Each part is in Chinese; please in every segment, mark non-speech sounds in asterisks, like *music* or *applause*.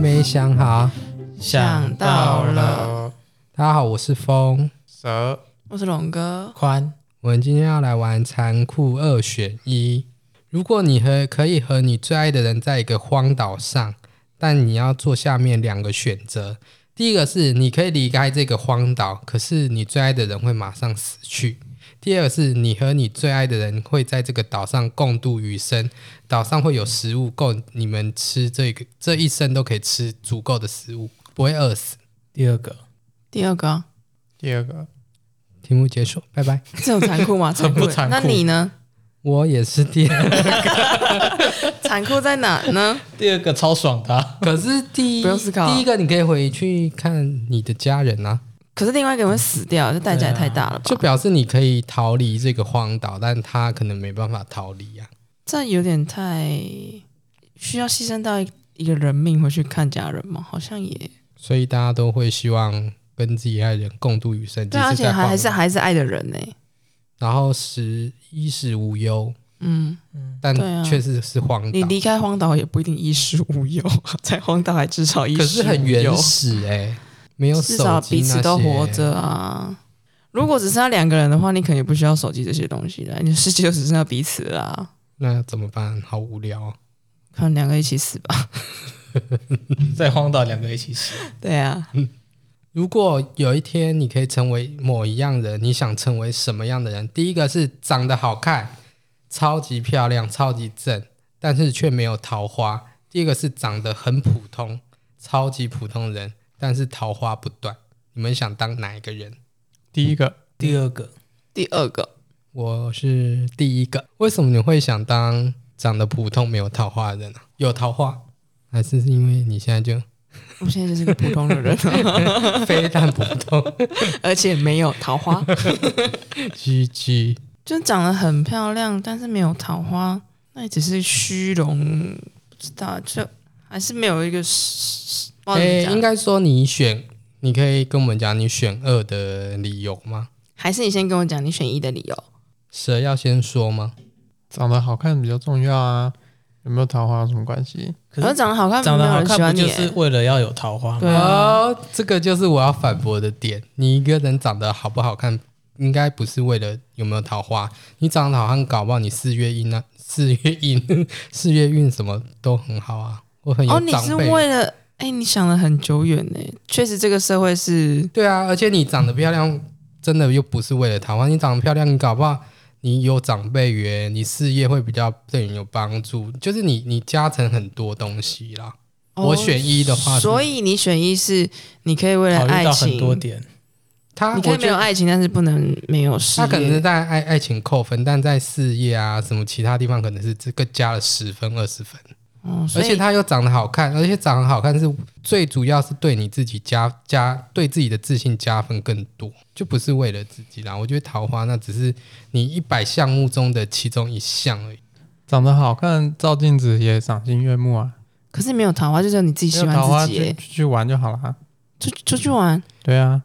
没想好。想到了大家好，我是风。蛇我是龙哥，宽，我们今天要来玩残酷二选一。如果你和可以和你最爱的人在一个荒岛上，但你要做下面两个选择。第一个是你可以离开这个荒岛，可是你最爱的人会马上死去。第二个是你和你最爱的人会在这个岛上共度余生，岛上会有食物够你们吃，这个这一生都可以吃足够的食物，不会饿死。第二个，第二个第二个，题目结束，拜拜。这有残酷 *laughs* 吗？残酷很不残酷那你呢？我也是第 *laughs* 二，残酷在哪呢？第二个超爽的啊、 *laughs* 可是第一不用思考啊第一个你可以回去看你的家人啊，可是另外一个人会死掉，这代价也太大了吧？就表示你可以逃离这个荒岛，但他可能没办法逃离啊。这有点太需要牺牲到一一个人命回去看家人吗？好像也所以大家都会希望跟自己爱的人共度余生，对啊，而即使且在还荒还是岛还是爱的人呢、然后食衣食无忧，嗯，但对啊确实是荒岛你，离开荒岛也不一定衣食无忧， *laughs* 在荒岛还至少衣可是食无忧，很原始哎、没有至手少机彼此那都些活。着啊。如果只剩下两个人的话，你可能也不需要手机这些东西了，你的世界就只剩下彼此啦。那怎么办？好无聊、哦。可能两个一起死吧。在荒岛两个一起死，对啊，如果有一天你可以成为某一样人，你想成为什么样的人？第一个是长得好看，超级漂亮、超级正，但是却没有桃花；第二个是长得很普通，超级普通人，但是桃花不断。你们想当哪一个人？第一个，第二个，第二个，我是第一个。为什么你会想当长得普通、没有桃花的人啊呢、有桃花，还是因为你现在就我现在就是个普通的人，非但普 *laughs* 通而且没有桃花，居居？就长得很漂亮，但是没有桃花，那也只是虚荣，不知道，就还是没有一个实，不知道怎么诶，哦讲应该说你选，你可以跟我们讲你选二的理由吗？还是你先跟我讲你选一的理由。蛇要先说吗？长得好看比较重要啊，有没有桃花有什么关系？可是长得好看，长没得有好人喜看欢不你、就是欸为了要有桃花吗？对啊，哦，这个就是我要反驳的点。你一个人长得好不好看，应该不是为了有没有桃花。你长得好看，搞不好你四月运啊，四月运， *laughs* 四月运什么都很好啊，我很有哦，你是长辈。为了哎、你想了很久远呢、确实，这个社会是对啊，而且你长得漂亮，真的又不是为了桃花。你长得漂亮，你搞不好你有长辈缘，你事业会比较对你有帮助，就是你你加成很多东西啦。我选一的话是，哦所以你选一是你可以为了考虑爱到情，很多点，他你可啊我以没觉有得爱情，但是不能没有事业。他可能是在爱爱情扣分，但在事业啊什么其他地方可能是这个加了十分二十分，哦，所而以且他又长得好看，而且长得好看是最主要是对你自己加加对自己的自信加分更多，就不是为了自己啦。我觉得桃花那只是你一百项目中的其中一项而已。长得好看，照镜子也赏心悦目啊。可是没有桃花，就是你自己没喜有桃花欢自己、就欸。去玩就好啦。出出去玩，对啊，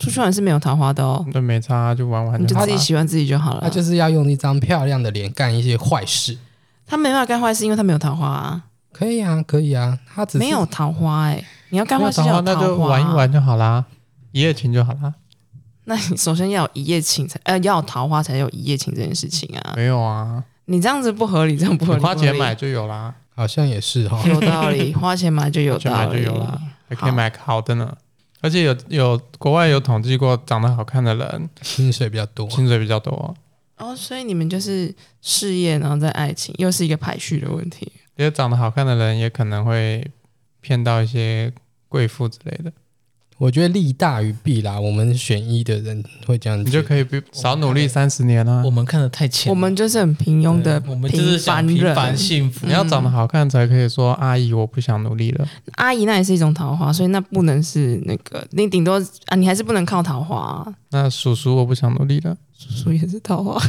出去玩是没有桃花的哦，那没差啊、就玩玩你就好自己啦。喜欢自己就啊好了。他就是要用一张漂亮的脸干一些坏事，他没办法干坏事，因为他没有桃花、啊，可以啊，可以啊，他只是没有桃花哎、你要干没坏有事桃要花有那桃啊就玩一。玩就好啦，一夜情就好啦。那你首先要有一夜情才，呃，要有桃花才有一夜情这件事情啊。没有啊，你这样子不合理，这样不合你理。花钱不合买理就有啦，好像也是哈、 *laughs* 有道理，花钱买就有花钱道买就理。有啦，还可以好买好的呢。而且有有国外有统计过，长得好看的人薪水比较多。薪水比较多，哦，所以你们就是事业，然后再爱情，又是一个排序的问题。因为长得好看的人也可能会骗到一些贵妇之类的。我觉得利大于弊啦，我们选一的人会这样你就觉得。可以不少努力三十年啊我！们看的太浅了，我们就是很平庸的对我们就是想平人。凡幸福你。要长得好看才可以说阿姨，我不想努力了。阿姨啊那也是一种桃花，所以那不能是那个，你顶多啊，你还是不能靠桃花、啊，那叔叔，我不想努力了。所以也是桃花。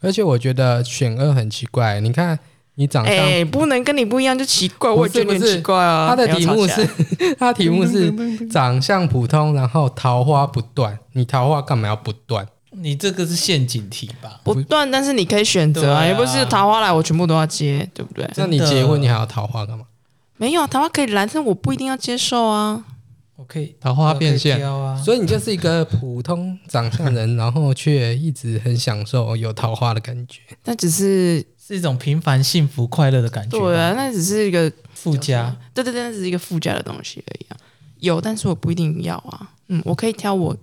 而且我觉得选二很奇怪，你看你长相，哎、不能跟你不一样就奇怪，我也觉得不你是不是很奇怪啊。他的题目不要吵是起来 *laughs* 他题目是长相普通，然后桃花不断，你桃花干嘛要不断？你这个是陷阱题吧？不断，但是你可以选择啊，对啊也不是桃花来我全部都要接，对不对？那你结婚你还要桃花干嘛？没有啊，桃花可以来，但是我不一定要接受啊。我可以桃花变我可以现，挑啊，所以你就是一个普通长相 *laughs* 人，然后却一直很享受有桃花的感觉。那只是是一种平凡、幸福、快乐的感觉吧。对啊，那只是一个附加对对对，那只是一个附加的东西而已啊。有，但是我不一定要啊。嗯，我可以挑我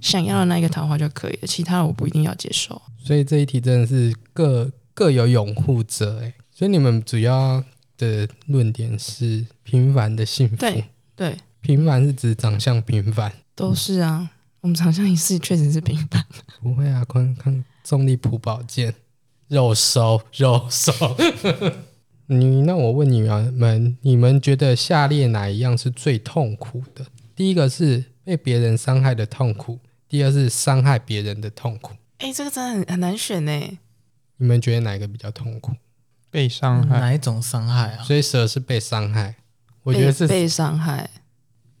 想要的那一个桃花就可以了，其他的我不一定要接受啊。所以这一题真的是各各有拥护者哎。所以你们主要的论点是平凡的幸福，对对，平凡是指长相平凡，都是啊。我们长相一致确实是平凡， *laughs* 不会啊，看看重力普保健，肉收肉收。 *laughs* 你那我问你们，你们觉得下列哪一样是最痛苦的？第一个是被别人伤害的痛苦，第二是伤害别人的痛苦。哎、这个真的很很难选呢、你们觉得哪一个比较痛苦？被伤害，哪一种伤害啊？所以蛇是被伤害，我觉得被是被伤害，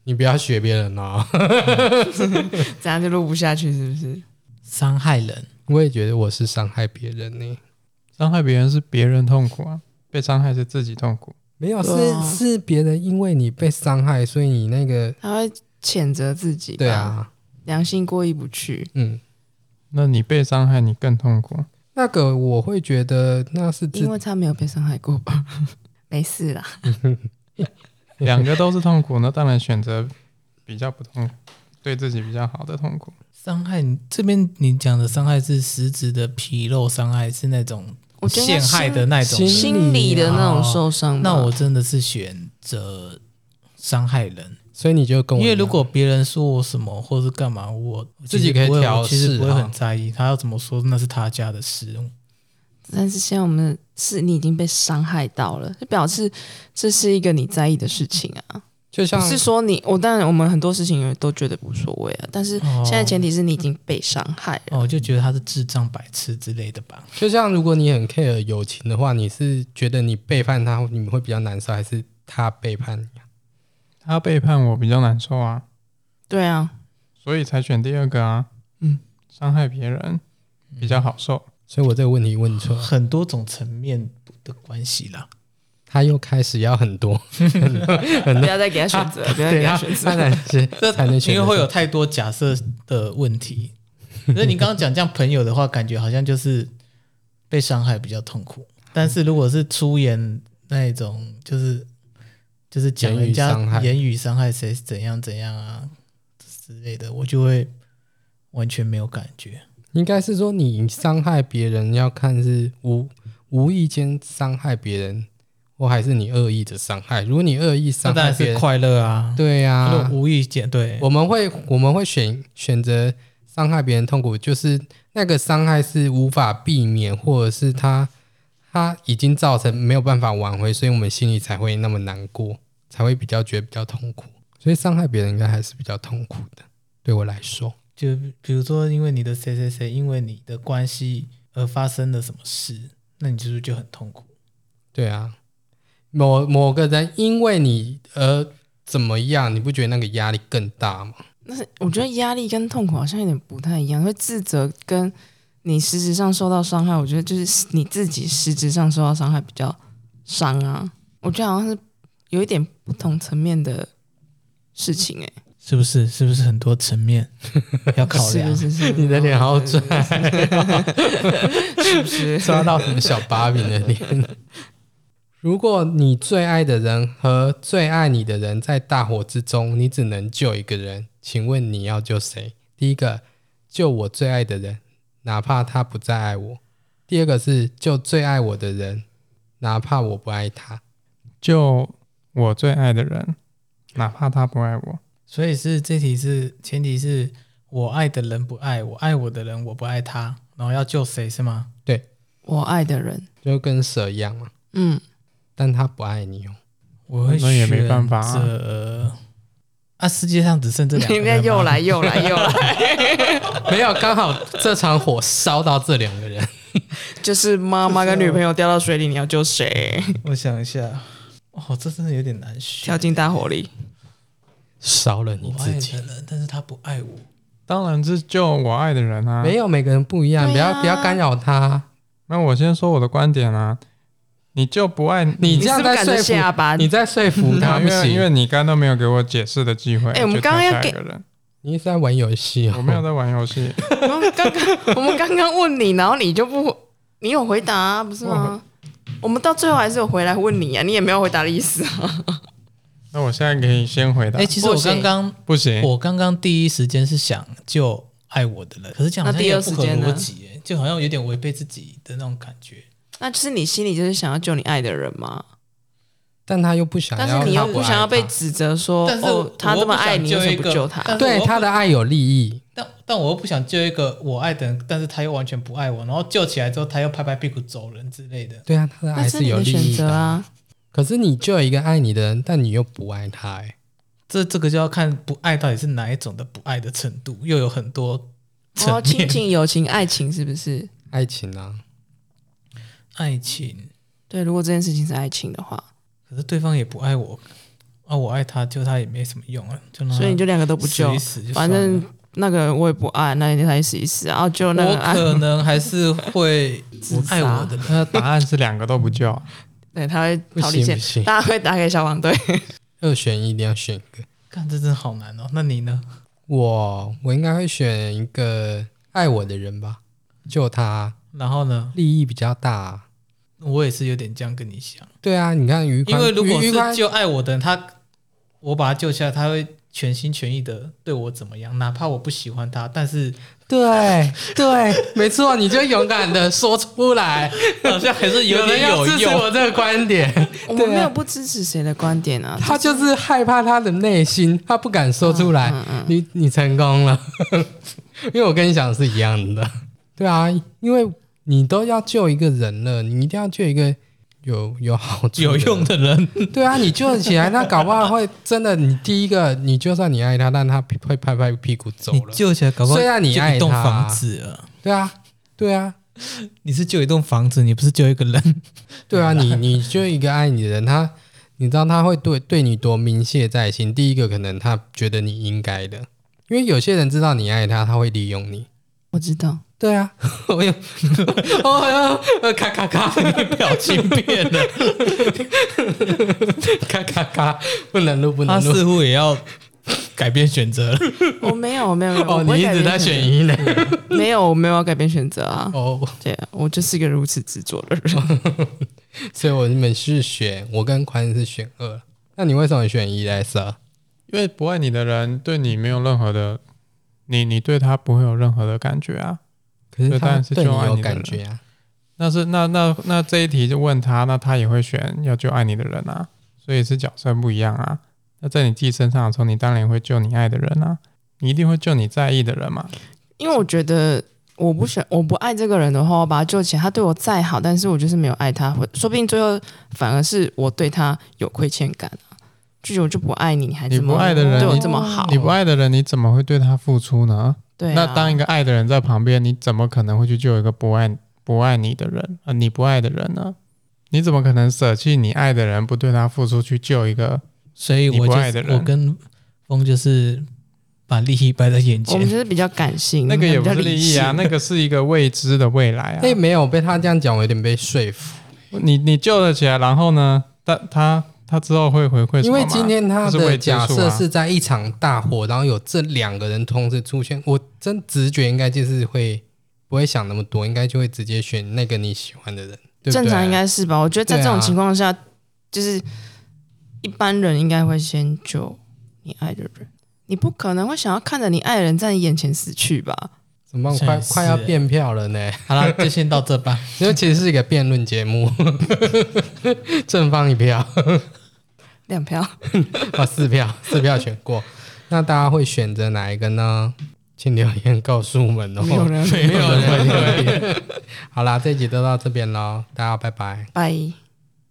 你不要学别人哦。 *laughs* 这样就录不下去，是不是？伤害人，我也觉得我是伤害别人呢、伤害别人是别人痛苦啊，被伤害是自己痛苦。没有，是、对啊是别人因为你被伤害，所以你那个他会谴责自己，对，啊，良心过意不去，嗯，那你被伤害，你更痛 *laughs* 苦。啊那个我会觉得那是自因为他没有被伤害过 *laughs* 吧？没事啦，两个都是痛苦，那当然选择比较不痛苦，对自己比较好的痛苦。伤害你这边你讲的伤害是实质的皮肉伤害，是那种我觉得应陷该害的那种心理心伤害。心理的那种受嗯伤吧、那我真的是选择伤害人，所以你就跟我因一样，为如果别人说我什么或是干嘛，我自己可以我其实不会调我其实试不会啊很在意。他要怎么说那是他家的事，嗯但是现在我们是你已经被伤害到了，就表示这是一个你在意的事情啊。就像不是说你我当然我们很多事情都觉得无所谓啊，但是现在前提是你已经被伤害了。哦，我就觉得他是智障、白痴之类的吧。就像如果你很 care 友情的话，你是觉得你背叛他，你们会比较难受，还是他背叛你啊？他背叛我比较难受啊，对啊，所以才选第二个啊。嗯，伤害别人比较好受。所以我这个问题问错， *laughs* 了，很多种层面的关系啦。他又开始要很多，不要再给他选择，不要 *laughs* 再对给他他选择他。才是 *laughs* 这才能选因择为会有太多假设的问题。所以你刚刚讲这样朋友的话，感觉好像就是被伤害比较痛苦。但是如果是出言那一种，就是就是讲人言语伤家害言语伤害谁怎样怎样啊之类的，我就会完全没有感觉。应该是说你伤害别人要看是无无意间伤害别人，或还是你恶意的伤害。如果你恶意那伤当害然别是人，快乐啊，对呀、如果无意间对我们会我们会选选择伤害别人痛苦，就是那个伤害是无法避免，或者是他他已经造成没有办法挽回，所以我们心里才会那么难过，才会比较觉得比较痛苦。所以伤害别人应该还是比较痛苦的，对我来说。就比如说，因为你的谁谁谁，因为你的关系而发生了什么事，那你是不是就很痛苦？对啊，某某个人因为你而怎么样，你不觉得那个压力更大吗？ *laughs* 但是我觉得压力跟痛苦好像有点不太一样，会自责跟你实质上受到伤害，我觉得就是你自己实质上受到伤害比较伤啊。我觉得好像是有一点不同层面的事情、欸，哎，是不是？是不是很多层 *laughs* 面要考是量？不是？是不是 *laughs* *laughs* 你的脸好拽，是不 *laughs* 是？抓到什么小把柄的脸。如果你最爱的人和最爱你的人在大火之中，你只能救一个人，请问你要救谁？第一个，救我最爱的人，哪怕他不再爱我；第二个是救最爱我的人，哪怕我不爱他。救我最爱的人，哪怕他不爱我。所以是这题是前提是我爱的人不爱我，爱我的人我不爱他，然后要救谁是吗？我爱的人，就跟蛇一样嘛，嗯，但他不爱你哦。 *laughs* 我会那也没办法啊选择啊，世界上只剩这两 *laughs* *laughs* 个应人该吗又来又来又来， *laughs* 没有，刚好这场火烧到这两个人。就是妈妈跟女朋友掉到水里，你要救谁？我想一下，哦，这真的有点难选。跳进大火里，烧了你我自爱己。的人，但是他不爱我，当然是救我爱的人啊。没有，每个人不一样，不对啊要不要干扰他。那我先说我的观点啊。你就不爱你 *laughs* 你这是样不是在赶着说下班服，？你在说服对啊他因不为因为行。你刚刚都没有给我解释的机会。哎我们就刚刚要跳下给一个人，你是在玩游戏哦？我没有在玩 *laughs* 游戏，我们刚刚 *laughs* 我们刚刚问你，然后你就不，你有回答、啊、不是吗？我们到最后还是有回来问你啊，你也没有回答的意思啊。 *laughs* 那我现在可以先回答哎、。其实我刚刚不行，我刚刚第一时间是想救爱我的人，可是这样好那像第也二不时合间呢逻辑耶，就好像有点违背自己的那种感觉。那就是你心里就是想要救你爱的人嘛，但他又不想要，但是你又他不爱想要被他指责说，但是哦我，他我这么不想爱你，救为什么一不个救他？但是对我他的爱有利益，但但我又不想救一个我爱的人，但是他又完全不爱我，然后救起来之后他又拍拍屁股走人之类的。对啊，他的那爱是你有的利选益择的。啊。可是你就有一个爱你的人，但你又不爱他、欸，这这个就要看不爱到底是哪一种的不爱的程度，又有很多层哦，亲面。情、友情、爱情，是不是？爱情啊，爱情，对，如果这件事情是爱情的话，可是对方也不爱我，啊，我爱他，就他也没什么用啊，就让他所以你就两个都不救死一，死就反算了正那个我也不爱，那你才死一死啊，就那我个爱，可能还是会自杀爱我的人。他的 *laughs* 答案是两个都不叫。对，他会不逃离行现不，行，大家会打给消防队。二选一，一定要选一个。看，这真的好难哦。那你呢？我我应该会选一个爱我的人吧，救他然后呢？利益比较大、我也是有点这样跟你想，对啊，你看余因宽，为如果余余是宽救爱我的人，他我把他救下来，他会全心全意的对我怎么样，哪怕我不喜欢他，但是对对，没错，你就勇敢的说出来，好像还是有人点要有支持用。我这个观点， *laughs* 我们没有不支持谁的观点啊，他就是害怕他的内心，他不敢说出来。嗯嗯嗯你你成功了， *laughs* 因为我跟你想的是一样的。对啊，因为你都要救一个人了，你一定要救一个有有好处有人用的人，对啊，你救得起来，那搞不好会真的，你第一个，你就算你爱他，但他会拍拍屁股走你了。救起来，搞不好虽然你就爱一栋他房子了，对啊，对啊，你是救一栋房子，你不是救一个 *laughs* 人。对 *laughs* 啊，你你就一个爱你的人，他你知道他会对对你多铭谢在心。第一个可能他觉得你应该的，因为有些人知道你爱他，他会利用你。我知道，对啊， *laughs* 我有，哦哟，咔咔咔， *laughs* 表情变了，咔咔咔，不能录，不他能啊录。似乎也要改变选择了。我没有，我没有，没有哦，我不会你一改直变在选择一呢。没有，我没有要改变选择啊。哦，对啊，我就是一个如此执着的人。所以我们是选，我跟宽是选二。那你为什么选一来着？因为不爱你的人对你没有任何的，你你对他不会有任何的感觉啊。可是这当他然是对你旧爱有你的感人觉啊，那是那那那这一题就问他，那他也会选要救爱你的人啊，所以是角色不一样啊。那在你自己身上的时候，你当然也会救你爱的人啊，你一定会救你在意的人嘛。因为我觉得我不选，我不爱这个人的话，我把他救起来，他对我再好，但是我就是没有爱他，会说不定最后反而是我对他有亏欠感啊，就是我就不爱你，你还你这么不爱的人对我你这么好，你不爱的人，你怎么会对他付出呢？对啊、那当一个爱的人在旁边，你怎么可能会去救一个不爱不爱你的人啊、呃你不爱的人呢？你怎么可能舍弃你爱的人，不对他付出去救一个？ *laughs* 所以我你就不爱的人我跟风就是把利益摆在眼我们前，就是比较感性，那个也比不较是利益啊，理性那个是一个未知的未来啊。哎、没有被他这样讲，我有点被说服。你你救了起来，然后呢？他他他之后会回馈什因么吗为今天他就是的未知数假啊设是在一场大火，然后有这两个人同时出现，我真直觉应该就是会不会想那么多，应该就会直接选那个你喜欢的人，对不对？正常应该是吧？我觉得在这种情况下，啊就是一般人应该会先救你爱的人，你不可能会想要看着你爱的人在你眼前死去吧？怎么办快像啊是快要变票了呢？好了，就先到这 *laughs* 吧。因为其实是一个辩论节目， *laughs* 正方一票，两票，啊，四票，四票选过。那大家会选择哪一个呢？请留言告诉我们哦。没有人 *laughs* 没有人留言。好啦，这集就到这边喽，大家拜拜。拜。